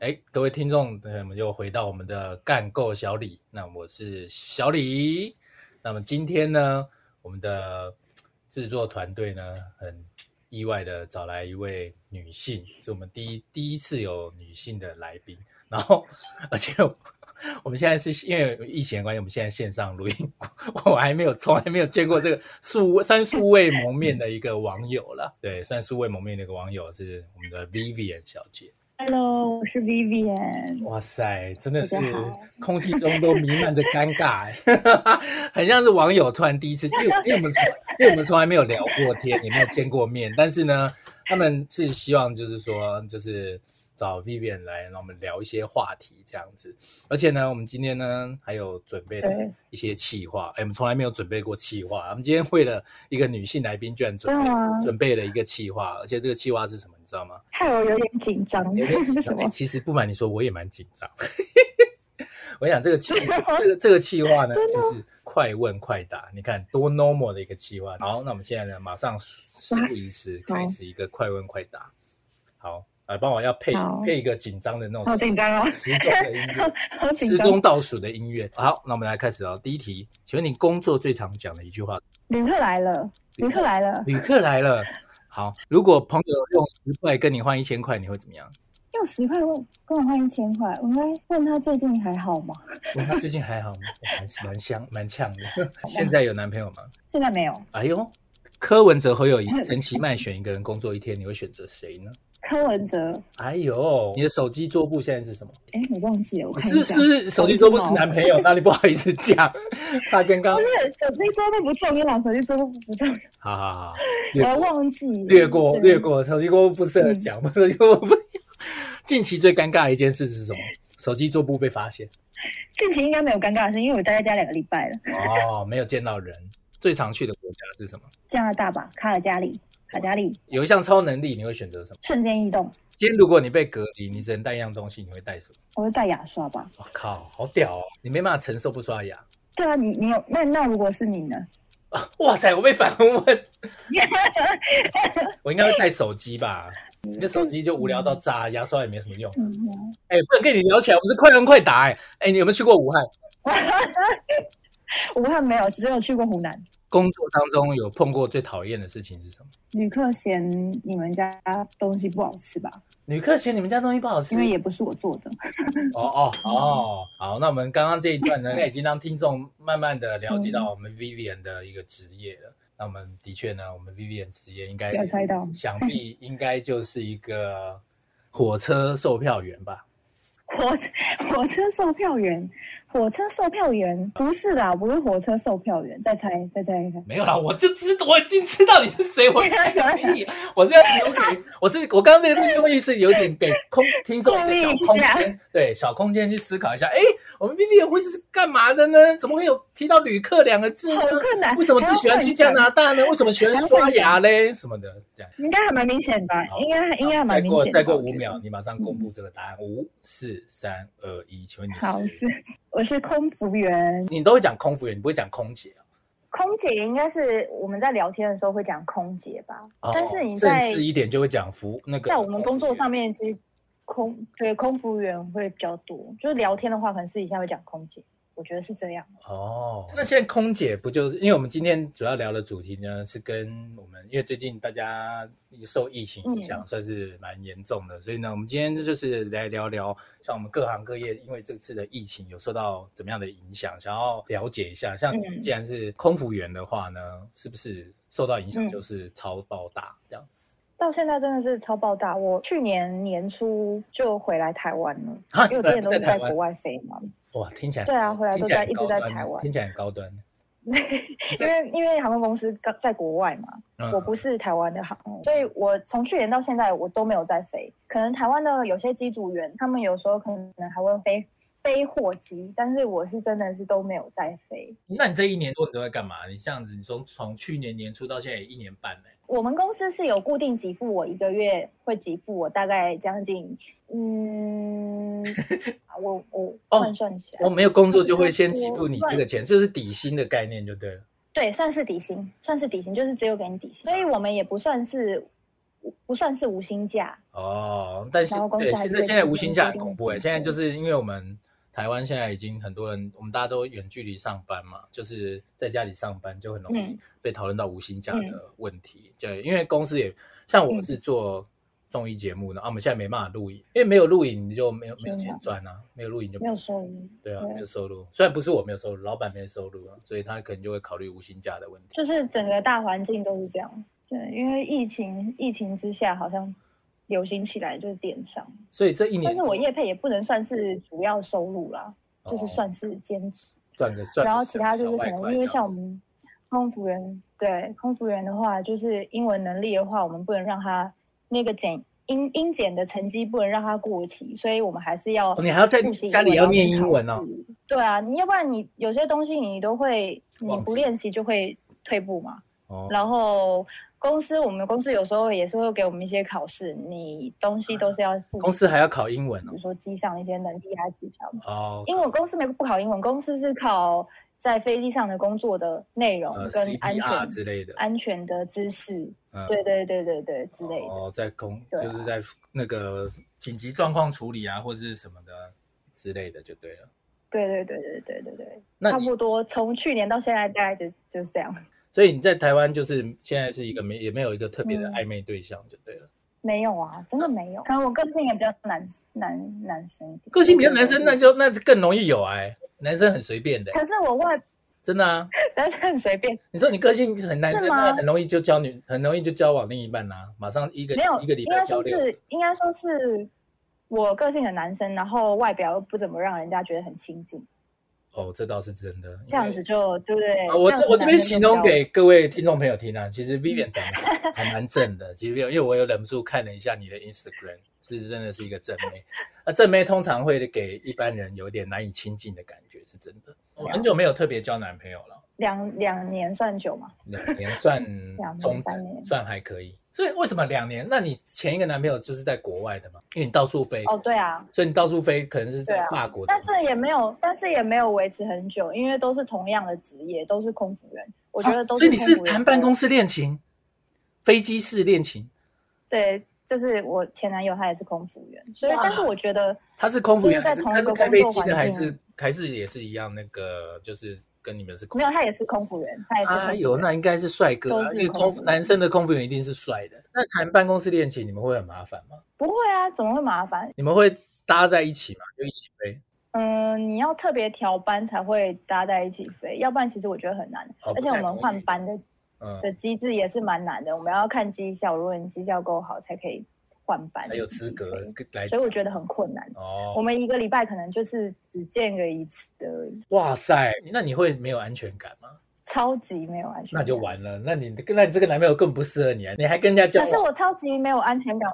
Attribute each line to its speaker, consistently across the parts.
Speaker 1: 哎，各位听众，呃我们又回到我们的干够小李。那我是小李。那么今天呢，我们的制作团队呢，很意外的找来一位女性，是我们第一第一次有女性的来宾。然后，而且我我们现在是因为疫情的关系，我们现在线上录音，我还没有从来没有见过这个素三素未谋面的一个网友了。对，三素未谋面的一个网友是我们的 Vivian 小姐。
Speaker 2: Hello，我是 Vivian。
Speaker 1: 哇塞，真的是
Speaker 2: 大家好
Speaker 1: 空气中都弥漫着尴尬、欸， 很像是网友突然第一次，因为因为我们从因为我们从来没有聊过天，也没有见过面，但是呢，他们是希望就是说，就是找 Vivian 来，让我们聊一些话题这样子。而且呢，我们今天呢还有准备了
Speaker 2: 对
Speaker 1: 一些气话，哎、我们从来没有准备过气话，我们今天为了一个女性来宾，居然准备、
Speaker 2: 对啊
Speaker 1: 准备了一个气话，而且这个气话是什么，你知道吗？
Speaker 2: 害我有点紧张，
Speaker 1: 有点紧
Speaker 2: 为
Speaker 1: 张
Speaker 2: 什。
Speaker 1: 欸
Speaker 2: 么？
Speaker 1: 其实不瞒你说，我也蛮紧张。 我想 这个气，这个这个气话呢，就是快问快答。你看多 normal 的一个气话。好，那我们现在呢，马上事不宜迟，
Speaker 2: 好
Speaker 1: 开始一个快问快答。好，来帮我要配
Speaker 2: 好
Speaker 1: 配一个紧张的那
Speaker 2: 好
Speaker 1: 种
Speaker 2: 紧张哦，
Speaker 1: 时钟的音乐，
Speaker 2: 好紧
Speaker 1: 时
Speaker 2: 张
Speaker 1: 钟。倒数的音乐。好，那我们来开始哦。第一题，请问你工作最常讲的一句话？
Speaker 2: 旅客来了，旅客来了，
Speaker 1: 旅客来了。好，如果朋友用十块跟你换一千块，你会怎么样？
Speaker 2: 用十块问跟我换一千块，我应该问他最近还好吗？
Speaker 1: 我哎他最近还好吗？哦蛮蛮香，蛮呛的。现在有男朋友吗？
Speaker 2: 现在没有。
Speaker 1: 哎呦，柯文哲、侯友谊、陈其迈选一个人工作一天，你会选择谁呢？
Speaker 2: 柯文哲，
Speaker 1: 哎呦，你的手机桌布现在是什么？
Speaker 2: 哎，我忘记了，我看
Speaker 1: 是
Speaker 2: 一下。
Speaker 1: 是不是手机桌哦布是男朋友？那你不好意思讲，他刚刚
Speaker 2: 不是手机桌布不重要，手机桌布不重要，
Speaker 1: 好好好，哦
Speaker 2: 我忘记
Speaker 1: 略过
Speaker 2: 对
Speaker 1: 略过，手机桌布不适合讲， 不是我不。近期最尴尬的一件事是什么？手机桌布被发现
Speaker 2: 近期应该没有尴尬的事，因为我待在家两个礼拜了。
Speaker 1: 哦，没有见到人。最常去的国家是什么？
Speaker 2: 加拿大吧，卡尔加里，卡加里，
Speaker 1: 有一项超能力，你会选择什么？
Speaker 2: 瞬间移动，
Speaker 1: 今天如果你被隔离，你只能带一样东西，你会带什么？
Speaker 2: 我就带牙刷吧。
Speaker 1: 我、靠，好屌哦！你没办法承受不刷牙。
Speaker 2: 对啊，你你有那那如果是你呢？
Speaker 1: 哇塞，我被反问， 我应该会带手机吧？你的手机就无聊到炸，牙刷也没什么用。
Speaker 2: 嗯，
Speaker 1: 哎、不能跟你聊起来，我们是快问快答、哎，哎，你有没有去过武汉？
Speaker 2: 武汉没有，只有去过湖南。
Speaker 1: 工作当中有碰过最讨厌的事情是什么？
Speaker 2: 旅客嫌你们家东西不好吃吧？
Speaker 1: 旅客嫌你们家东西不好
Speaker 3: 嗯
Speaker 1: 吃
Speaker 2: 因。为也不是我做的。
Speaker 1: 哦哦哦，好，那我们刚刚这一 段呢，已经让听众慢慢的了解
Speaker 2: 嗯
Speaker 1: 到我们 Vivian 的一个职业了。那我们的确呢，我们 Vivian 职业应该
Speaker 2: 有猜到
Speaker 1: 想必应该就是一个火车售票员吧？
Speaker 2: 火火车 售票员，火车售票员不是啦，不是火车售票员。再猜，再猜一看。
Speaker 1: 没有啦，我就知我已经知道你是谁，我猜
Speaker 2: 啊
Speaker 1: 个屁！我是要留给，我是我刚刚这个用意是有点给空听众一个小空
Speaker 2: 故意一
Speaker 1: 间
Speaker 2: 下，
Speaker 1: 对小空间去思考一下，哎，我们 Vivian 会是干嘛的呢？怎么会有提到旅客两个字呢
Speaker 2: 好？困难，
Speaker 1: 为什么只喜欢去啊加拿大呢？为什么喜欢刷牙嘞？什么的，这样。
Speaker 2: 应该还蛮明显吧
Speaker 1: 好？
Speaker 2: 应该应该还
Speaker 1: 再
Speaker 2: 蛮明显
Speaker 1: 过
Speaker 2: 的。
Speaker 1: 再过
Speaker 2: 我觉
Speaker 1: 五
Speaker 2: 得
Speaker 1: 秒，。你马上公布这个答案。五、四、三、二、一，请问你
Speaker 2: 好，我
Speaker 1: 是？
Speaker 2: 是我是空服员，
Speaker 1: 你都会讲空服员，你不会讲空姐啊
Speaker 3: 空姐应该是我们在聊天的时候会讲空姐吧，
Speaker 1: 哦？
Speaker 3: 但是你
Speaker 1: 正
Speaker 3: 在
Speaker 1: 式一点就会讲服那个。
Speaker 3: 在我们工作上，面，其实空对空服务员会比较多，就是聊天的话，可能私底下会讲空姐，我觉得是这样。
Speaker 1: 哦，那现在空姐不就是因为我们今天主要聊的主题呢，是跟我们因为最近大家受疫情影
Speaker 3: 嗯
Speaker 1: 响算是蛮严重的，所以呢，我们今天就是来聊聊像我们各行各业因为这次的疫情有受到怎么样的影响，想要了解一下，像
Speaker 3: 嗯
Speaker 1: 既然是空服员的话呢，是不是受到影响
Speaker 3: 嗯
Speaker 1: 就是超爆大这样？
Speaker 3: 到现在真的是超爆大，我去年年初就回来台湾了，
Speaker 1: 啊
Speaker 3: 因为我之前都是在国外飞嘛，
Speaker 1: 哇，听起来
Speaker 3: 对啊回来都
Speaker 1: 听起来
Speaker 3: 在一直
Speaker 1: 很
Speaker 3: 在
Speaker 1: 高端
Speaker 3: 台湾
Speaker 1: 听起来很高端。
Speaker 3: 因为因为航空公司刚在国外嘛，
Speaker 1: 嗯
Speaker 3: 我不是台湾的航空，所以我从去年到现在我都没有在飞。可能台湾的有些机组员，他们有时候可能还会飞飞货机，但是我是真的是都没有在飞。
Speaker 1: 嗯那你这一年多你都在干嘛？你这样子，你从从去年年初到现在也一年半了。
Speaker 3: 我们公司是有固定给付我一个月会给付我大概将近， 嗯，我我
Speaker 1: 哦
Speaker 3: 换算起来，
Speaker 1: 我没有工作就会先给付你这个
Speaker 3: 啊
Speaker 1: 钱，这是底薪的概念就对了。
Speaker 3: 对，算是底薪，算是底薪，就是只有给你底薪，所以我们也不算是不算是无薪假，
Speaker 1: 哦，但现
Speaker 3: 然后公司
Speaker 1: 对
Speaker 3: 还
Speaker 1: 现
Speaker 3: 是
Speaker 1: 在
Speaker 3: 会
Speaker 1: 现在
Speaker 3: 提
Speaker 1: 无
Speaker 3: 供
Speaker 1: 薪
Speaker 3: 一
Speaker 1: 假
Speaker 3: 些
Speaker 1: 很
Speaker 3: 东
Speaker 1: 恐怖哎、
Speaker 3: 西
Speaker 1: 现在就是因为我们台湾现在已经很多人，我们大家都远距离上班嘛，就是在家里上班就很容易
Speaker 3: 嗯
Speaker 1: 被讨论到无薪假
Speaker 3: 嗯
Speaker 1: 的问题。对，因为公司也像我
Speaker 3: 嗯
Speaker 1: 是做综艺节目的、啊，我们现在没办法录影，因为没有录影你就没有没有
Speaker 3: 天
Speaker 1: 钱
Speaker 3: 哪
Speaker 1: 赚啊，没有录影就
Speaker 3: 没有收入。
Speaker 1: 对啊
Speaker 3: 对
Speaker 1: 没有收入。虽然不是我没有收入，老板没有收入啊，所以他可能就会考虑无薪假的问题。
Speaker 3: 就是整个大环境都是这样。对，因为疫情疫情之下，好像流行起来就是电商，
Speaker 1: 所以这一年
Speaker 3: 但是我业配也不能算是主要收入啦，就是
Speaker 1: 哦
Speaker 3: 算是兼职。
Speaker 1: 赚个赚个小，
Speaker 3: 然后其他就
Speaker 1: 小
Speaker 3: 是
Speaker 1: 外
Speaker 3: 可能
Speaker 1: 快
Speaker 3: 因为
Speaker 1: 这样
Speaker 3: 像
Speaker 1: 子
Speaker 3: 我们空服员，对空服员的话，就是英文能力的话，我们不能让他那个检英英检的成绩不能让他过期，所以我们还是要
Speaker 1: 哦你还要在
Speaker 3: 复习
Speaker 1: 家里
Speaker 3: 英文
Speaker 1: 要念英
Speaker 3: 然后
Speaker 1: 文
Speaker 3: 考
Speaker 1: 哦
Speaker 3: 试。对啊，你要不然你有些东西你都会，你
Speaker 1: 忘记
Speaker 3: 不练习就会退步嘛。
Speaker 1: 哦，
Speaker 3: 然后公司我们公司有时候也是会给我们一些考试，你东西都是要复习
Speaker 1: 公司还要考英文
Speaker 3: 比
Speaker 1: 哦
Speaker 3: 如。说机上一些能力啊技巧。
Speaker 1: 哦，
Speaker 3: 英文公司没不考英文，公司是考在飞机上的工作的内容
Speaker 1: 呃
Speaker 3: 跟安全、
Speaker 1: ，CPR 之类的，
Speaker 3: 安全的知识，
Speaker 1: 嗯
Speaker 3: 对对对对对之类的。
Speaker 1: 哦，在空
Speaker 3: 对啊
Speaker 1: 就是在那个紧急状况处理啊，或者是什么的之类的就对了。
Speaker 3: 对对对对对对对，
Speaker 1: 哦那
Speaker 3: 差
Speaker 1: 你
Speaker 3: 不多从去年到现在大概就就是这样，
Speaker 1: 所以你在台湾就是现在是一个没也没有一个特别的
Speaker 3: 嗯
Speaker 1: 暧昧对象就对了，
Speaker 3: 没有啊，真的没有。可能我个性也比较男男男生一点，
Speaker 1: 个性比较男生
Speaker 3: 对
Speaker 1: 那
Speaker 3: 对对
Speaker 1: 就那就更容易有哎、男生很随便的、
Speaker 3: 可是我外
Speaker 1: 真的啊。
Speaker 3: 男生很 随便，
Speaker 1: 你说你个性很男生，
Speaker 3: 是吗
Speaker 1: 那很容易就交女，很容易就交往另一半啦、啊马上一个
Speaker 3: 没有
Speaker 1: 一个礼
Speaker 3: 应
Speaker 1: 拜
Speaker 3: 该
Speaker 1: 交
Speaker 3: 说
Speaker 1: 六
Speaker 3: 是应该说是我个性的男生，然后外表又不怎么让人家觉得很亲近，
Speaker 1: 哦，这倒是真的。
Speaker 3: 这样
Speaker 1: 因为
Speaker 3: 子就对不对？
Speaker 1: 啊，我
Speaker 3: 样
Speaker 1: 这
Speaker 3: 子
Speaker 1: 我这
Speaker 3: 男
Speaker 1: 边
Speaker 3: 生
Speaker 1: 形
Speaker 3: 就比
Speaker 1: 容
Speaker 3: 较
Speaker 1: 给各位听众朋友听啊，其
Speaker 3: 嗯
Speaker 1: 实 Vivian 长 得还蛮正的，其实因为我有忍不住看了一下你的 Instagram，其实真的是一个正 妹。那、正妹通常会给一般人有点难以亲近的感觉，是真的。我很久没有特别交男朋友了，
Speaker 3: 两两年算久嘛？
Speaker 1: 两年算
Speaker 3: 两年
Speaker 1: 中
Speaker 3: 三年
Speaker 1: 算还可以。所以为什么两年？那你前一个男朋友就是在国外的吗？因为你到处飞，
Speaker 3: 哦，对啊，
Speaker 1: 所以你到处飞可能是
Speaker 3: 对
Speaker 1: 在
Speaker 3: 啊
Speaker 1: 法国的
Speaker 3: 但是也没有，但是也没有维持很久，因为都是同样的职业，都是空服员。我觉得
Speaker 1: 啊
Speaker 3: 都
Speaker 1: 所以你
Speaker 3: 是、
Speaker 1: 是谈办公
Speaker 3: 室？
Speaker 1: 室恋情，飞机式恋情，
Speaker 3: 对，就是我前男友他也是空服员，所以
Speaker 1: 哇
Speaker 3: 但是我觉得
Speaker 1: 他是空服员
Speaker 3: 就是在
Speaker 1: 还是他
Speaker 3: 同一
Speaker 1: 是
Speaker 3: 个
Speaker 1: 开
Speaker 3: 工
Speaker 1: 飞
Speaker 3: 作
Speaker 1: 机的，
Speaker 3: 环
Speaker 1: 还
Speaker 3: 境啊
Speaker 1: 是还是也是一样那个，就是跟你们是空
Speaker 3: 没有，他也是空服员，他也是空服
Speaker 1: 啊？
Speaker 3: 员
Speaker 1: 有那应该是帅哥啊，
Speaker 3: 都是
Speaker 1: 因为空
Speaker 3: 空
Speaker 1: 服
Speaker 3: 服员
Speaker 1: 男生的空服员一定是帅的。那谈办公室恋情，你们会很麻烦吗？
Speaker 3: 不会啊，怎么会麻烦？
Speaker 1: 你们会搭在一起吗？就一起飞？
Speaker 3: 嗯，你要特别调班才会搭在一起飞，要不然其实我觉得很难。
Speaker 1: 哦
Speaker 3: 而
Speaker 1: 不
Speaker 3: 且
Speaker 1: 太
Speaker 3: 我们
Speaker 1: 容易
Speaker 3: 换班的
Speaker 1: 嗯，
Speaker 3: 的机制也是蛮难的，我们要看绩效，如果你绩效够好才可以换班，
Speaker 1: 才有资格跟来。
Speaker 3: 所以我觉得很困难。我
Speaker 1: 哦，
Speaker 3: 们一个礼拜可能就是只见个一次而已，
Speaker 1: 哇塞，那你会没有安全感吗？
Speaker 3: 超级没有安全
Speaker 1: 那
Speaker 3: 感。
Speaker 1: 就。完了，那你那你这个男朋友更不适合你啊！你还跟人家交
Speaker 3: 可是
Speaker 1: 往？
Speaker 3: 我超级没有安全感，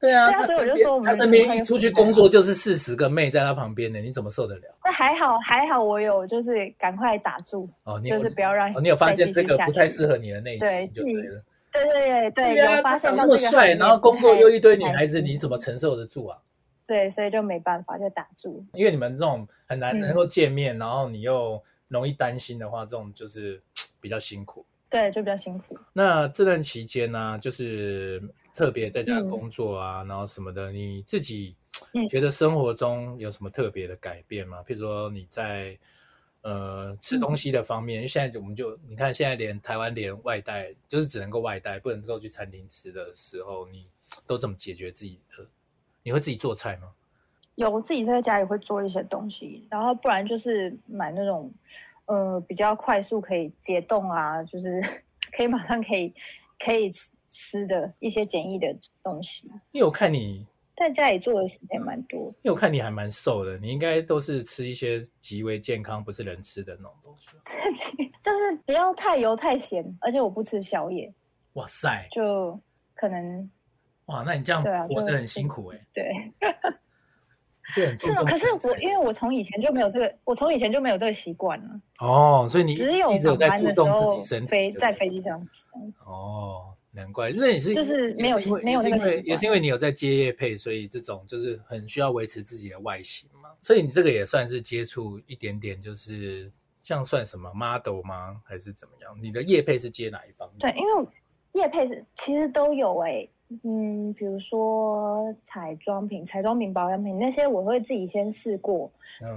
Speaker 1: 对啊，
Speaker 3: 对啊
Speaker 1: 他
Speaker 3: 所以我
Speaker 1: 身
Speaker 3: 就说我
Speaker 1: 边
Speaker 3: 们
Speaker 1: 他身
Speaker 3: 可
Speaker 1: 边
Speaker 3: 以
Speaker 1: 一
Speaker 3: 互
Speaker 1: 出去
Speaker 3: 相
Speaker 1: 工作就是四十个妹在他旁边呢，你怎么受得了？
Speaker 3: 但还好还好我有就是赶快打住，
Speaker 1: 哦，你有
Speaker 3: 就是不要让、
Speaker 1: 哦，你有发现这个不太适
Speaker 3: 合。
Speaker 1: 合你的内
Speaker 3: 对
Speaker 1: 心就对了。
Speaker 3: 对对对对，
Speaker 1: 啊，
Speaker 3: 有发
Speaker 1: 他
Speaker 3: 现
Speaker 1: 长那
Speaker 3: 到
Speaker 1: 么
Speaker 3: 这个
Speaker 1: 帅，
Speaker 3: 行业
Speaker 1: 然后工作又一堆女
Speaker 3: 不太
Speaker 1: 孩子，你
Speaker 3: 行
Speaker 1: 怎么承受得住啊？
Speaker 3: 对，所以就没办法就打住。
Speaker 1: 因为你们这种很难
Speaker 3: 嗯
Speaker 1: 能够见面，然后你又容易担心的话，这种就是嘖比较辛苦。
Speaker 3: 对，就比较辛苦。
Speaker 1: 那这段期间呢、就是特别在家
Speaker 3: 嗯
Speaker 1: 工作啊，然后什么的，你自己
Speaker 3: 嗯
Speaker 1: 觉得生活中有什么特别的改变吗？譬如说你在呃吃
Speaker 3: 嗯
Speaker 1: 东西的方面，因为现在我们就你看现在连台湾连外带就是只能够外带，不能够去餐厅吃的时候，你都怎么解决自己的？你会自己做菜吗？
Speaker 3: 有我自己在家里会做一些东西，然后不然就是买那种，呃，比较快速可以解冻啊，就是 可以马上可以可以吃吃的一些简易的东西，
Speaker 1: 因为我看你，
Speaker 3: 在家里做的时间蛮多。
Speaker 1: 因为我看你还蛮瘦的，你应该都是吃一些极为健康，不是人吃的那种东西吧。
Speaker 3: 就是不要太油太咸，而且我不吃宵夜，
Speaker 1: 哇塞，
Speaker 3: 就可能
Speaker 1: 哇，那你这样
Speaker 3: 对啊
Speaker 1: 活
Speaker 3: 就
Speaker 1: 着很
Speaker 3: 是
Speaker 1: 辛苦哎、
Speaker 3: 对
Speaker 1: 是很注
Speaker 3: 是吗？啊
Speaker 1: 重
Speaker 3: 可是
Speaker 1: 身材
Speaker 3: 我因为我从以前就没有这个，我从以前就没有这个习惯了，
Speaker 1: 哦，所以你
Speaker 3: 只
Speaker 1: 一直有
Speaker 3: 上
Speaker 1: 在
Speaker 3: 班
Speaker 1: 注
Speaker 3: 的时
Speaker 1: 重自
Speaker 3: 候
Speaker 1: 己身体，
Speaker 3: 飞
Speaker 1: 对不
Speaker 3: 在
Speaker 1: 对
Speaker 3: 飞机上吃。
Speaker 1: 哦，难怪，那你是
Speaker 3: 就是
Speaker 1: 也
Speaker 3: 没有
Speaker 1: 因为
Speaker 3: 没有
Speaker 1: 也是
Speaker 3: 那
Speaker 1: 因
Speaker 3: 个习
Speaker 1: 为
Speaker 3: 惯
Speaker 1: 也是因为你有在接业配，所以这种就是很需要维持自己的外形嘛，所以你这个也算是接触一点点，就是这样算什么 model 吗？还是怎么样？你的业配是接哪一方面？
Speaker 3: 对，因为叶配是其实都有哎、嗯，比如说彩妆品、彩妆品、保养品那些，我会自己先试过，
Speaker 1: 嗯，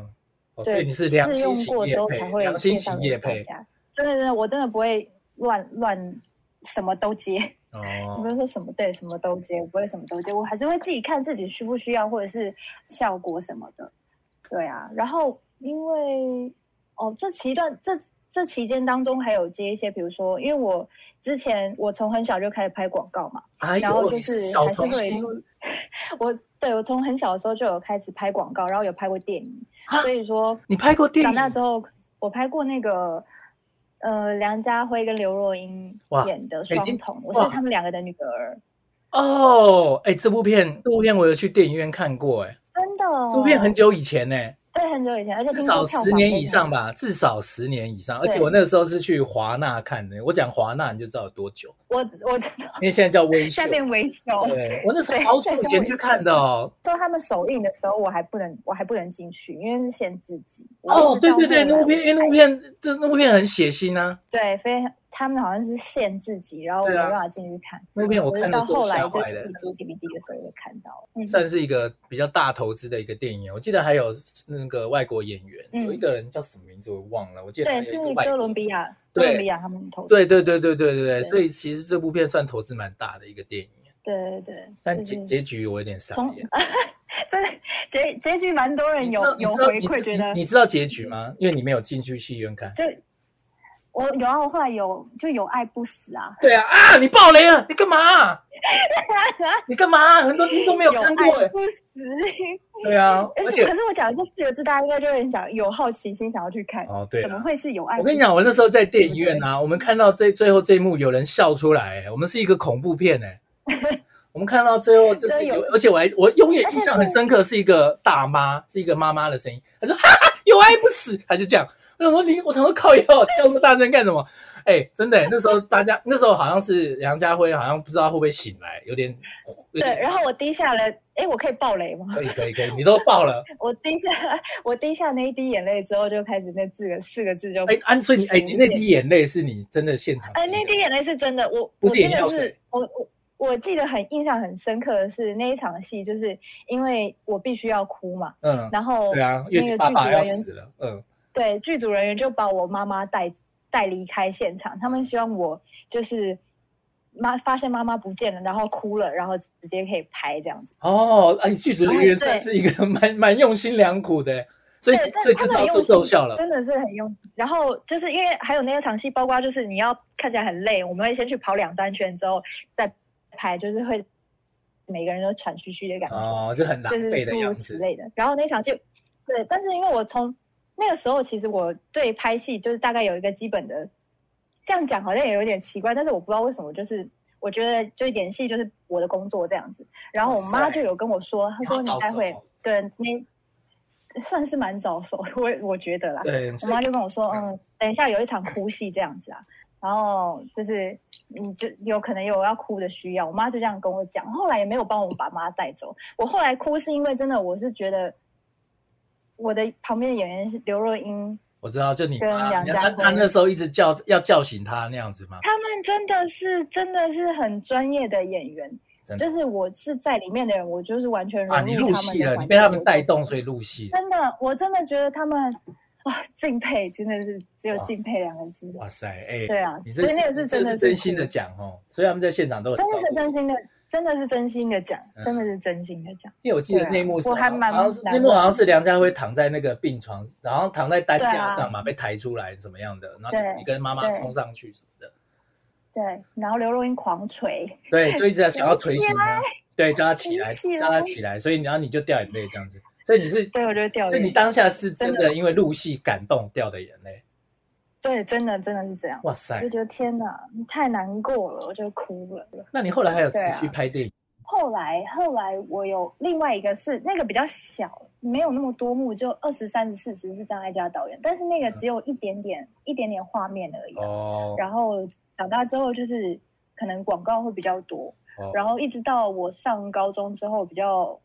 Speaker 1: 哦，所
Speaker 3: 对，
Speaker 1: 以你是良
Speaker 3: 试
Speaker 1: 心
Speaker 3: 用
Speaker 1: 型
Speaker 3: 过
Speaker 1: 业
Speaker 3: 之后
Speaker 1: 配
Speaker 3: 才，会
Speaker 1: 良
Speaker 3: 介
Speaker 1: 心
Speaker 3: 绍
Speaker 1: 型
Speaker 3: 给
Speaker 1: 业
Speaker 3: 大
Speaker 1: 配
Speaker 3: 家。真的真的，我真的不会乱乱什么都接，
Speaker 1: 哦
Speaker 3: 不，是说什么对什么都接，我不会什么都接，我还是会自己看自己需不需要，或者是效果什么的。对啊，然后因为哦，这期段这这期间当中还有接一些，比如说，因为我之前我从很小就开始拍广告嘛，
Speaker 1: 哎
Speaker 3: 然后
Speaker 1: 呦，
Speaker 3: 就
Speaker 1: 你
Speaker 3: 是
Speaker 1: 小
Speaker 3: 还是
Speaker 1: 童
Speaker 3: 会
Speaker 1: 星，
Speaker 3: 我对我从很小的时候就有开始拍广告，然后有拍过电影，
Speaker 1: 啊
Speaker 3: 所以说
Speaker 1: 你拍过电
Speaker 3: 长大之
Speaker 1: 影？
Speaker 3: 后我拍过那个呃梁家辉跟刘若英
Speaker 1: 哇
Speaker 3: 演的
Speaker 1: 北
Speaker 3: 《
Speaker 1: 京
Speaker 3: 双瞳》，我
Speaker 1: 哇
Speaker 3: 是他们两个的女儿，
Speaker 1: 哦，哎，这部片，这部片我有去电影院看过，哎，
Speaker 3: 真的、
Speaker 1: 这
Speaker 3: 哦，
Speaker 1: 部片很久以前呢，
Speaker 3: 对很久以前，而且
Speaker 1: 至
Speaker 3: 听
Speaker 1: 少
Speaker 3: 说票
Speaker 1: 十
Speaker 3: 房
Speaker 1: 年
Speaker 3: 非
Speaker 1: 以
Speaker 3: 常
Speaker 1: 上吧，至少十年以上。而
Speaker 3: 对
Speaker 1: 且我那个时候是去华纳看的，我讲华纳你就知道有多久，
Speaker 3: 我我知道
Speaker 1: 因为现在叫微秀
Speaker 3: 下。面维修。
Speaker 1: 对，我那时候
Speaker 3: 对
Speaker 1: 好久以前去看的哦。
Speaker 3: 说他们首映的时候，我还不能，我还不能进去，因为是限制级。
Speaker 1: 哦
Speaker 3: 我，
Speaker 1: 对
Speaker 3: 就
Speaker 1: 对
Speaker 3: 是
Speaker 1: 对，
Speaker 3: 到
Speaker 1: 那
Speaker 3: 后
Speaker 1: 部
Speaker 3: 来
Speaker 1: 片，因为那部片，这那部片很血腥啊。
Speaker 3: 对，非常他们好像是限制级，然后我
Speaker 1: 对
Speaker 3: 没
Speaker 1: 啊
Speaker 3: 办法进去看。
Speaker 1: 那部片我
Speaker 3: 是
Speaker 1: 看的
Speaker 3: 到
Speaker 1: 时候
Speaker 3: 后来
Speaker 1: 吓
Speaker 3: 就
Speaker 1: 坏
Speaker 3: 是
Speaker 1: 了
Speaker 3: 自，己 DVD 的时候也看到了。嗯，
Speaker 1: 算是一个比较大投资的一个电影。我记得还有那个外国演员，
Speaker 3: 嗯
Speaker 1: 有一个人叫什么名字我忘了，我记得还有一
Speaker 3: 对，是
Speaker 1: 个外
Speaker 3: 哥
Speaker 1: 国
Speaker 3: 伦比亚，哥
Speaker 1: 对
Speaker 3: 伦比亚他们投资。
Speaker 1: 对对对对对对对，
Speaker 3: 对
Speaker 1: 所以其实这部片算投资蛮大的一个电影，
Speaker 3: 对对对，
Speaker 1: 但
Speaker 3: 就
Speaker 1: 结
Speaker 3: 是
Speaker 1: 结局我有点傻
Speaker 3: 从
Speaker 1: 眼。
Speaker 3: 真的结结局蛮多人
Speaker 1: 你知
Speaker 3: 有
Speaker 1: 道你
Speaker 3: 有
Speaker 1: 知道
Speaker 3: 回
Speaker 1: 你
Speaker 3: 馈，
Speaker 1: 知
Speaker 3: 觉得
Speaker 1: 你你知道结局吗？因为你没有进去戏院看。
Speaker 3: 就我有啊，我后来有就有爱不死啊，
Speaker 1: 对啊啊！你爆雷了，你干嘛？啊 你干嘛？啊很多听众没有
Speaker 3: 有
Speaker 1: 看过
Speaker 3: 爱
Speaker 1: 哎。
Speaker 3: 不 死。
Speaker 1: 对啊，而且
Speaker 3: 可是我讲的这四个字，大家应该就会很想有好奇心，想要去看。
Speaker 1: 哦对
Speaker 3: 怎么
Speaker 1: 了。
Speaker 3: 会是有爱？
Speaker 1: 我跟你讲，，我那时候在电影院啊，我们看到这最后这一幕，有人笑出来、哎我们是一个恐怖片 哎、我们看到最后就是
Speaker 3: 对
Speaker 1: 有
Speaker 3: 有，
Speaker 1: 而且我还我永远
Speaker 3: 而且
Speaker 1: 印象很深刻，是一个大妈，是一个妈妈的声音，她说哈哈，有爱不死，她就这样。我想说你，我想说靠腰，叫那么大声干什么？哎、真的、哎那时候大家那时候好像是梁家辉，好像不知道会不会醒来，有点有
Speaker 3: 对，
Speaker 1: 点
Speaker 3: 然后我滴下了，哎，我可以爆雷吗？
Speaker 1: 可以可以可以，你都爆 了。
Speaker 3: 我滴下，我滴下那一滴眼泪之后，就开始那四个四个字就，
Speaker 1: 哎、安，所以你哎、你那滴眼泪是你真的现场？
Speaker 3: 哎，那滴眼泪是真的，我
Speaker 1: 不
Speaker 3: 我
Speaker 1: 是眼
Speaker 3: 真
Speaker 1: 药
Speaker 3: 的
Speaker 1: 水
Speaker 3: 是我我。我记得很印象很深刻的是那一场戏，就是因为我必须要哭嘛，
Speaker 1: 嗯，
Speaker 3: 然后
Speaker 1: 对啊，因为你
Speaker 3: 那个
Speaker 1: 爸
Speaker 3: 剧
Speaker 1: 爸
Speaker 3: 组
Speaker 1: 要
Speaker 3: 人员
Speaker 1: 死了，嗯。
Speaker 3: 对，剧组人员就把我妈妈带带离开现场，他们希望我就是妈发现妈妈不见了，然后哭了，然后直接可以拍这样子。
Speaker 1: 哦，哎，剧组人员
Speaker 3: 哦对
Speaker 1: 算是一个 蛮蛮用心良苦的，所以
Speaker 3: 对，
Speaker 1: 所以
Speaker 3: 他
Speaker 1: 这
Speaker 3: 们很
Speaker 1: 招
Speaker 3: 用
Speaker 1: 就
Speaker 3: 心
Speaker 1: 奏效了。
Speaker 3: 真的是很用。然后就是因为还有那个场戏，包括就是你要看起来很累，我们会先去跑两三圈之后再拍，就是会每个人都喘吁吁的感觉。
Speaker 1: 哦，就很狼
Speaker 3: 就是
Speaker 1: 狈的
Speaker 3: 诸
Speaker 1: 样
Speaker 3: 如
Speaker 1: 子
Speaker 3: 此。类的。然后那场就对，但是因为我从那个时候，其实我对拍戏就是大概有一个基本的，这样讲好像也有点奇怪，但是我不知道为什么，就是我觉得就是演戏就是我的工作这样子。然后我
Speaker 1: 哇
Speaker 3: 妈
Speaker 1: 塞
Speaker 3: 就有跟我说，她说
Speaker 1: 你
Speaker 3: 你
Speaker 1: 好早
Speaker 3: 待
Speaker 1: 熟
Speaker 3: 会
Speaker 1: 哦
Speaker 3: 对你算是蛮早熟的，我我觉得啦。
Speaker 1: 对，
Speaker 3: 我
Speaker 1: 所以
Speaker 3: 妈就跟我说，
Speaker 1: 嗯
Speaker 3: 嗯，等一下有一场哭戏这样子啊，然后就是你就有可能有要哭的需要，我妈就这样跟我讲，后来也没有帮我把妈带走。我后来哭是因为真的，我是觉得我的旁边的演员是刘若英，
Speaker 1: 我知道，就你
Speaker 3: 跟
Speaker 1: 妈，
Speaker 3: 梁
Speaker 1: 你
Speaker 3: 家
Speaker 1: 看她
Speaker 3: 辉
Speaker 1: 那时候一直叫要叫醒她那样子吗？
Speaker 3: 他们真的是真的是很专业的演员，
Speaker 1: 真的
Speaker 3: 就是我是在里面的人，我就是完全
Speaker 1: 嗯啊，
Speaker 3: 融
Speaker 1: 你入
Speaker 3: 入他们
Speaker 1: 戏
Speaker 3: 的
Speaker 1: 了，
Speaker 3: 环
Speaker 1: 你被他
Speaker 3: 境
Speaker 1: 们带动，所以入戏了。
Speaker 3: 真的，我真的觉得他们啊，敬佩，真的是只有
Speaker 1: 哇
Speaker 3: 敬佩两个字。
Speaker 1: 哇塞，哎，
Speaker 3: 对啊
Speaker 1: 你
Speaker 3: 所以那个
Speaker 1: 是
Speaker 3: 是
Speaker 1: 这
Speaker 3: 真
Speaker 1: 是
Speaker 3: 的是
Speaker 1: 真心的讲哦，所以他们在现场都很
Speaker 3: 真的
Speaker 1: 照
Speaker 3: 是
Speaker 1: 顾
Speaker 3: 真心的，真的是真心的讲，
Speaker 1: 嗯
Speaker 3: 真的是真心的讲。
Speaker 1: 因为我记得
Speaker 3: 对啊
Speaker 1: 那一幕是
Speaker 3: 我
Speaker 1: 好
Speaker 3: 还蛮
Speaker 1: 像是
Speaker 3: 难
Speaker 1: 那幕好像是梁家辉躺在那个病床，然后躺在担架
Speaker 3: 对
Speaker 1: 上
Speaker 3: 啊
Speaker 1: 嘛，被抬出来怎么样的，然后
Speaker 3: 对
Speaker 1: 你你跟妈妈
Speaker 3: 对
Speaker 1: 冲上去什么的。
Speaker 3: 对，然后刘若英狂捶，
Speaker 1: 对，就一直在想要捶
Speaker 3: 起
Speaker 1: 醒他，对，叫他起
Speaker 3: 起
Speaker 1: 来，
Speaker 3: 来
Speaker 1: 叫他起来，所以然后你就掉眼泪这样子，所以你是，
Speaker 3: 对我就掉
Speaker 1: 所以你
Speaker 3: 泪。
Speaker 1: 当下是真
Speaker 3: 真
Speaker 1: 的因为入戏感动掉的眼泪，
Speaker 3: 对，真的真的是这样，
Speaker 1: 哇塞
Speaker 3: 就！觉得天哪，你太难过了，我就哭了。
Speaker 1: 那你后来还有持
Speaker 3: 对啊
Speaker 1: 续拍电影？
Speaker 3: 后来后来我有另外一个是那个比较小，没有那么多幕，就二十三十四十是张艾嘉导演，但是那个只有一点点、一点点画面而已啊、
Speaker 1: 哦
Speaker 3: 然后长大之后就是可能广告会比较多，
Speaker 1: 哦，
Speaker 3: 然后一直到我上高中之后，比较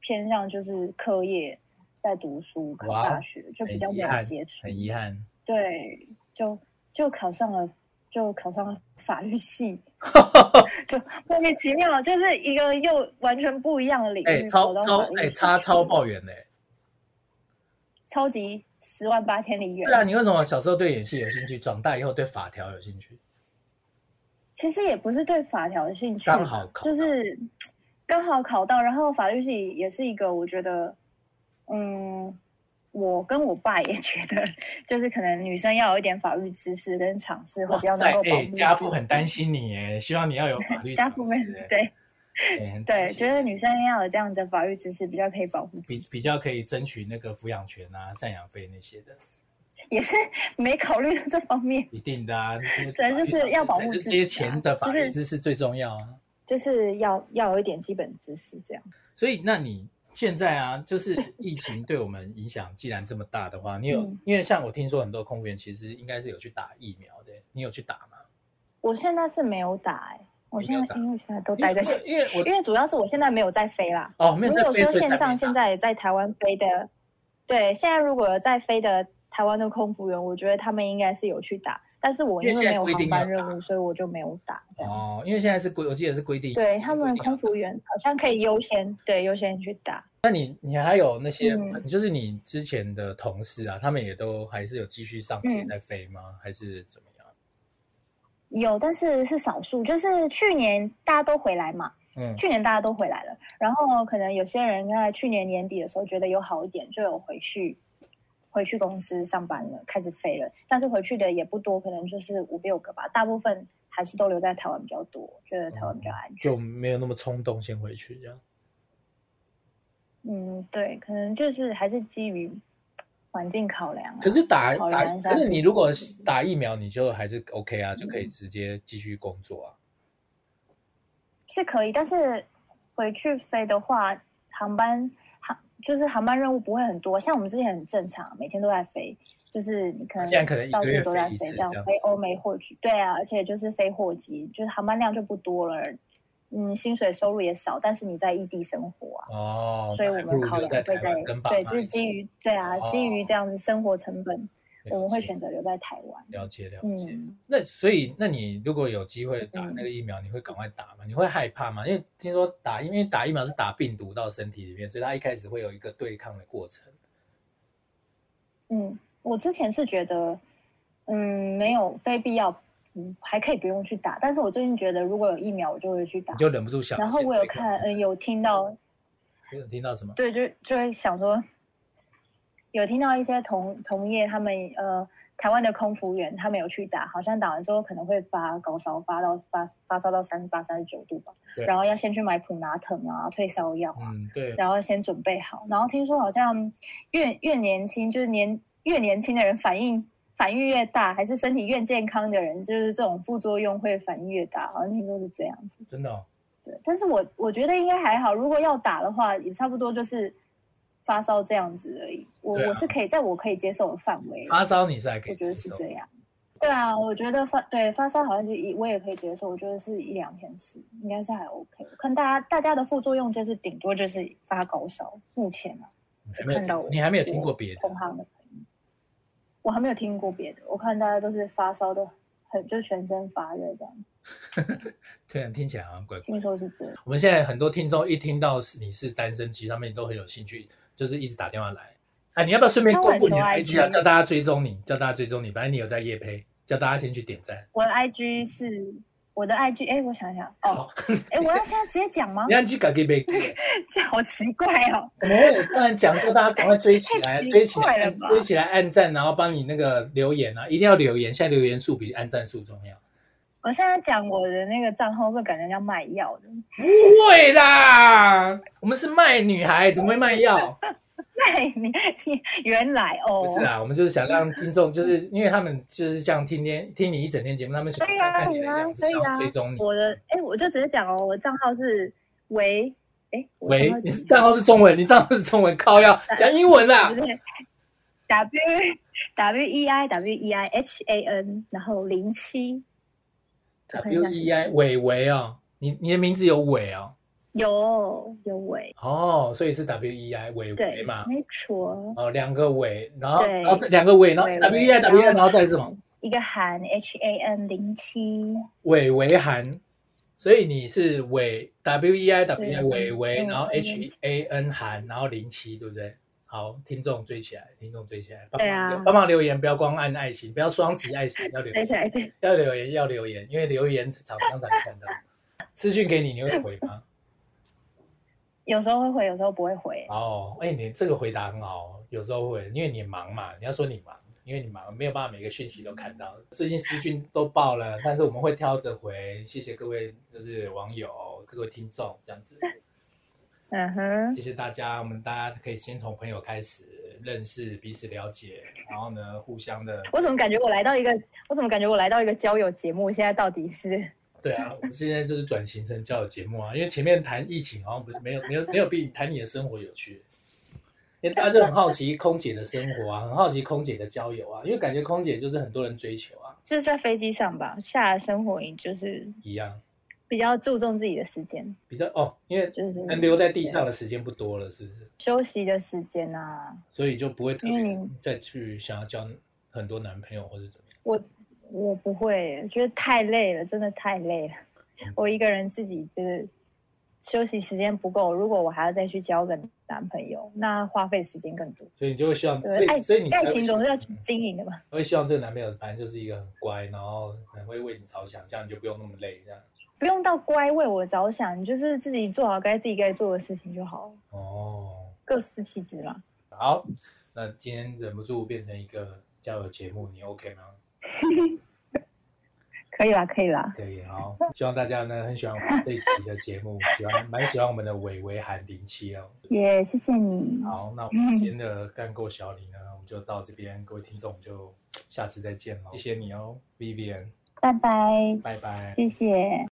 Speaker 3: 偏向就是课业，在读书、考
Speaker 1: 哇哦
Speaker 3: 大学，就比较没有接触。
Speaker 1: 很遗憾，
Speaker 3: 对，就就考上了就考上法 律系，就莫名其妙，就是一个又完全不一样的领域，
Speaker 1: 哎、超
Speaker 3: 跑到
Speaker 1: 超
Speaker 3: 法律
Speaker 1: 哎、
Speaker 3: 系
Speaker 1: 差
Speaker 3: 去
Speaker 1: 超抱远嘞、
Speaker 3: 超级十万八千里远
Speaker 1: 对。啊，你为什么小时候对演戏有兴趣，长大以后对法条有兴趣？
Speaker 3: 其实也不是对法条的兴趣，
Speaker 1: 刚好考到
Speaker 3: 就是刚好考到，然后法律系也是一个我觉得，嗯，我跟我爸也觉得，就是可能女生要有一点法律知识跟常识，会
Speaker 1: 哇
Speaker 3: 比较
Speaker 1: 塞，
Speaker 3: 能够保
Speaker 1: 哎、
Speaker 3: 护。
Speaker 1: 家父很担，心你哎，希望你要有法律
Speaker 3: 家父
Speaker 1: 常
Speaker 3: 们
Speaker 1: 识哎
Speaker 3: 对
Speaker 1: 哎很担
Speaker 3: 对，
Speaker 1: 心
Speaker 3: 觉得女生要有这样子的法律知识，比较可以保护自
Speaker 1: 比
Speaker 3: 己，
Speaker 1: 比较可以争取那个抚养权啊、赡养费那些的，
Speaker 3: 也是没考虑到这方面，
Speaker 1: 一定的啊。
Speaker 3: 对
Speaker 1: 那些法律
Speaker 3: 就是要保护
Speaker 1: 才是
Speaker 3: 自
Speaker 1: 这
Speaker 3: 己啊
Speaker 1: 些钱的法
Speaker 3: 就是
Speaker 1: 律知识最重要啊。
Speaker 3: 就是要要有一点基本知识这样。
Speaker 1: 所以，那你现在啊，就是疫情对我们影响既然这么大的话，你有、
Speaker 3: 嗯
Speaker 1: 因为像我听说很多空服员其实应该是有去打疫苗的，你有去打吗？
Speaker 3: 我现在是没有打、哎，我
Speaker 1: 你
Speaker 3: 现
Speaker 1: 没有
Speaker 3: 在
Speaker 1: 打
Speaker 3: 因为现在都
Speaker 1: 因
Speaker 3: 待
Speaker 1: 为
Speaker 3: 在，
Speaker 1: 因为我
Speaker 3: 因为主要是我现在没有在飞啦。
Speaker 1: 哦没有
Speaker 3: 如
Speaker 1: 在
Speaker 3: 果
Speaker 1: 飞，
Speaker 3: 说
Speaker 1: 所以才
Speaker 3: 线
Speaker 1: 没
Speaker 3: 上现
Speaker 1: 打。
Speaker 3: 在也在台湾飞的，对，现在如果有在飞的台湾的空服员，我觉得他们应该是有去打，但是我因为没有航班任务，所以我就没有打。这样
Speaker 1: 哦，因为现在是规，我记得是规定，
Speaker 3: 对他们
Speaker 1: 规定啊要
Speaker 3: 空服员好像可以优先，对优先去打。
Speaker 1: 那你你还有那些，
Speaker 3: 嗯
Speaker 1: 就是你之前的同事啊，他们也都还是有继续上线
Speaker 3: 嗯
Speaker 1: 在飞吗？还是怎么样？
Speaker 3: 有，但是是少数。就是去年大家都回来嘛，
Speaker 1: 嗯，
Speaker 3: 去年大家都回来了，然后可能有些人在去年年底的时候觉得有好一点，就有回去回去公司上班了，开始飞了。但是回去的也不多，可能就是五六个吧，大部分还是都留在台湾比较多，觉得台湾比较安全。
Speaker 1: 就没有那么冲动先回去这样。
Speaker 3: 嗯，对，可能就是还是基于环境考量、啊。
Speaker 1: 可是打
Speaker 3: 考
Speaker 1: 打
Speaker 3: 量一，下嗯
Speaker 1: 可是你如果
Speaker 3: 自己
Speaker 1: 打疫苗，你就还是 OK 啊，就可以直接继续工作啊。
Speaker 3: 是可以，但是回去飞的话，航班航就是航班任务不会很多，像我们之前很正常，每天都在飞，就是你可能
Speaker 1: 啊现在可能一
Speaker 3: 到
Speaker 1: 个月
Speaker 3: 处都在
Speaker 1: 飞一次
Speaker 3: 这样
Speaker 1: 这样
Speaker 3: 飞欧美或局，对啊，而且就是飞货机，就是航班量就不多了，嗯，薪水收入也少，但是你在异地生活啊，
Speaker 1: 哦，
Speaker 3: 所以我
Speaker 1: 那还不
Speaker 3: 们
Speaker 1: 如
Speaker 3: 考
Speaker 1: 留
Speaker 3: 量
Speaker 1: 在
Speaker 3: 会
Speaker 1: 台
Speaker 3: 在
Speaker 1: 湾跟爸
Speaker 3: 对，
Speaker 1: 妈
Speaker 3: 就是
Speaker 1: 一起。
Speaker 3: 基于对啊，
Speaker 1: 哦
Speaker 3: 基于这样子生活成本，我们会
Speaker 1: 了解
Speaker 3: 选择留在台湾。
Speaker 1: 了解了解。
Speaker 3: 嗯，
Speaker 1: 那所以，那你如果有机会打
Speaker 3: 嗯
Speaker 1: 那个疫苗，你会赶快打吗？你会害怕吗？因为听说打，因为打疫苗是打病毒到身体里面，所以它一开始会有一个对抗的过程。
Speaker 3: 嗯，我之前是觉得，嗯，没有非必要，嗯，还可以不用去打。但是我最近觉得，如果有疫苗，我就会去打
Speaker 1: 你。就忍不住想要
Speaker 3: 然
Speaker 1: 先
Speaker 3: 后
Speaker 1: 对抗。
Speaker 3: 我有看，嗯、有听到，
Speaker 1: 有听到什么？
Speaker 3: 对，就就会想说，有听到一些同同业他们呃，台湾的空服员他们有去打，好像打完之后可能会发高烧，发到发发烧到三十八、三十九度吧，
Speaker 1: 对
Speaker 3: 然后要先去买普拿疼啊、退烧药啊，
Speaker 1: 嗯，对，
Speaker 3: 然后先准备好。然后听说好像越越年轻，就是年越年轻的人反应反应越大，还是身体越健康的人，就是这种副作用会反应越大，好像听说是这样子。
Speaker 1: 真的、哦。
Speaker 3: 对，但是我我觉得应该还好，如果要打的话，也差不多就是发烧这样子而已。我、
Speaker 1: 对啊
Speaker 3: 我是可以在我可以接受的范围，
Speaker 1: 发烧你是还可
Speaker 3: 我
Speaker 1: 以
Speaker 3: 觉
Speaker 1: 接
Speaker 3: 得是
Speaker 1: 受，
Speaker 3: 这样。对啊，我觉得发对发烧好像就一我也可以接受，我觉得是一两天是应该是还 OK。我看大家大家的副作用就是顶多就是发高烧，目前啊，
Speaker 1: 你还没有
Speaker 3: 看到我
Speaker 1: 你还没有听过别的
Speaker 3: 同行的朋友，我还没有听过别的，我看大家都是发烧的很就全身发热这样，
Speaker 1: 突啊然听起来好像怪怪。
Speaker 3: 听说是这样。
Speaker 1: 我们现在很多听众一听到是你是单身，其实他们都很有兴趣，就是一直打电话来。哎，你要不要顺便公布你的
Speaker 3: 敲碗求
Speaker 1: IG 啊？
Speaker 3: IG
Speaker 1: 叫大家追踪你，叫大家追踪你。反正你有在夜配，叫大家先去点赞。
Speaker 3: 我的 IG 是我的 IG，哎、我想想，哦，
Speaker 1: 好，
Speaker 3: 哎、我要现在直接讲吗
Speaker 1: 你？看去搞 g i
Speaker 3: 这 好奇怪哦。
Speaker 1: 怎么会突然讲说大家赶快追起来，
Speaker 3: 太奇
Speaker 1: 追起
Speaker 3: 怪
Speaker 1: 来，
Speaker 3: 了
Speaker 1: 按
Speaker 3: 吧
Speaker 1: 追起来按赞，然后帮你那个留言啊，一定要留言。现在留言数比按赞数重要。
Speaker 3: 我现在讲我的那个账号，会感觉要卖药的。
Speaker 1: 不会啦，我们是卖女孩，怎么会卖药？
Speaker 3: 卖你你原来哦，
Speaker 1: 不是啊啦，我们就是想让听众，就是因为他们就是这样听天听你一整天节目，他们想
Speaker 3: 可以
Speaker 1: 看
Speaker 3: 啊，
Speaker 1: 看你的
Speaker 3: 可以啊，
Speaker 1: 样子，
Speaker 3: 可以
Speaker 1: 想要
Speaker 3: 啊
Speaker 1: 追踪。你。
Speaker 3: 我的哎、我就直接讲哦，我账号是维哎、我
Speaker 1: 喂
Speaker 3: 账号，
Speaker 1: 你
Speaker 3: 是
Speaker 1: 账号是中文，你账号是中文，靠 要讲英文啦
Speaker 3: 不。是 W W E I W E I H A N，然后零七
Speaker 1: W E I 伟伟哦，你你的名字有伟哦，
Speaker 3: 有有维，
Speaker 1: 哦，所以是 W E I 伟
Speaker 3: 对
Speaker 1: 伟，嘛，
Speaker 3: 没错。
Speaker 1: 哦，两个伟，然后
Speaker 3: 对
Speaker 1: 然后两个伟，然后
Speaker 3: 伟
Speaker 1: W E I W E I，然后再是什么？
Speaker 3: 一个韩 H A N 零七，
Speaker 1: 韦维韩，所以你是韦 W E I W E I
Speaker 3: 对
Speaker 1: 韦维，
Speaker 3: 嗯
Speaker 1: 然后
Speaker 3: 嗯
Speaker 1: H A N 韩，然后零七，对不对？好，听众追起来，听众追起来，帮
Speaker 3: 对
Speaker 1: 忙留
Speaker 3: 啊
Speaker 1: 帮忙留言，不要光按爱心，不要双击爱心，要留
Speaker 3: 对
Speaker 1: 言，
Speaker 3: 对对，
Speaker 1: 要留言，要留言，因为留言厂商才会看到。私讯给你，你会回吗？
Speaker 3: 有时候会回，有时候不会回。
Speaker 1: 哦，哎，你这个回答很好哦，有时候会，因为你忙嘛，你要说你忙，因为你忙没有办法每个讯息都看到。最近私讯都爆了，但是我们会挑着回，谢谢各位就是网友、各位听众这样子，
Speaker 3: 嗯哼，
Speaker 1: 谢谢大家。我们大家可以先从朋友开始认识彼此了解，然后呢，互相的
Speaker 3: 我怎么感觉我来到一个，我怎么感觉我来到一个交友节目？现在到底是
Speaker 1: 对啊，我们现在就是转型成交友节目啊，因为前面谈疫情好像不是没有没有没有比谈你的生活有趣，因为大家就很好奇空姐的生活啊，很好奇空姐的交友啊，因为感觉空姐就是很多人追求啊，
Speaker 3: 就是在飞机上吧？下来生活营就是
Speaker 1: 一样
Speaker 3: 比较注重自己的时间，
Speaker 1: 比较哦，因为
Speaker 3: 就是
Speaker 1: 能留在地上的时间不多了，是不是？
Speaker 3: 休息的时间啊。
Speaker 1: 所以就不会特别
Speaker 3: 嗯
Speaker 1: 再去想要交很多男朋友或者怎么样。
Speaker 3: 我我不会，觉得太累了，真的太累了。我一个人自己就是休息时间不够，如果我还要再去交个男朋友，那花费时间更多。
Speaker 1: 所以你就会希望，所
Speaker 3: 对，爱
Speaker 1: 以所以你才
Speaker 3: 爱
Speaker 1: 会
Speaker 3: 情总是要去
Speaker 1: 嗯
Speaker 3: 经营的嘛。
Speaker 1: 会希望这个男朋友反正就是一个很乖，然后很会为你着想，这样你就不用那么累，这样。
Speaker 3: 不用到乖为我着想，你就是自己做好该自己该做的事情就好了，
Speaker 1: 哦，
Speaker 3: 各司其职嘛。
Speaker 1: 好，那今天忍不住变成一个交友节目，你 OK 吗？
Speaker 3: 可以啦，可以啦，
Speaker 1: 可以，好，希望大家呢很喜欢我们这一期的节目，喜欢蛮喜欢我们的伟伟喊零七哦。
Speaker 3: 耶、谢谢你，
Speaker 1: 好，那我们今天的干够小李呢，我们就到这边，各位听众，我们就下次再见喽，谢谢你哦，Vivian，
Speaker 3: 拜拜，
Speaker 1: 拜拜。
Speaker 3: 谢谢。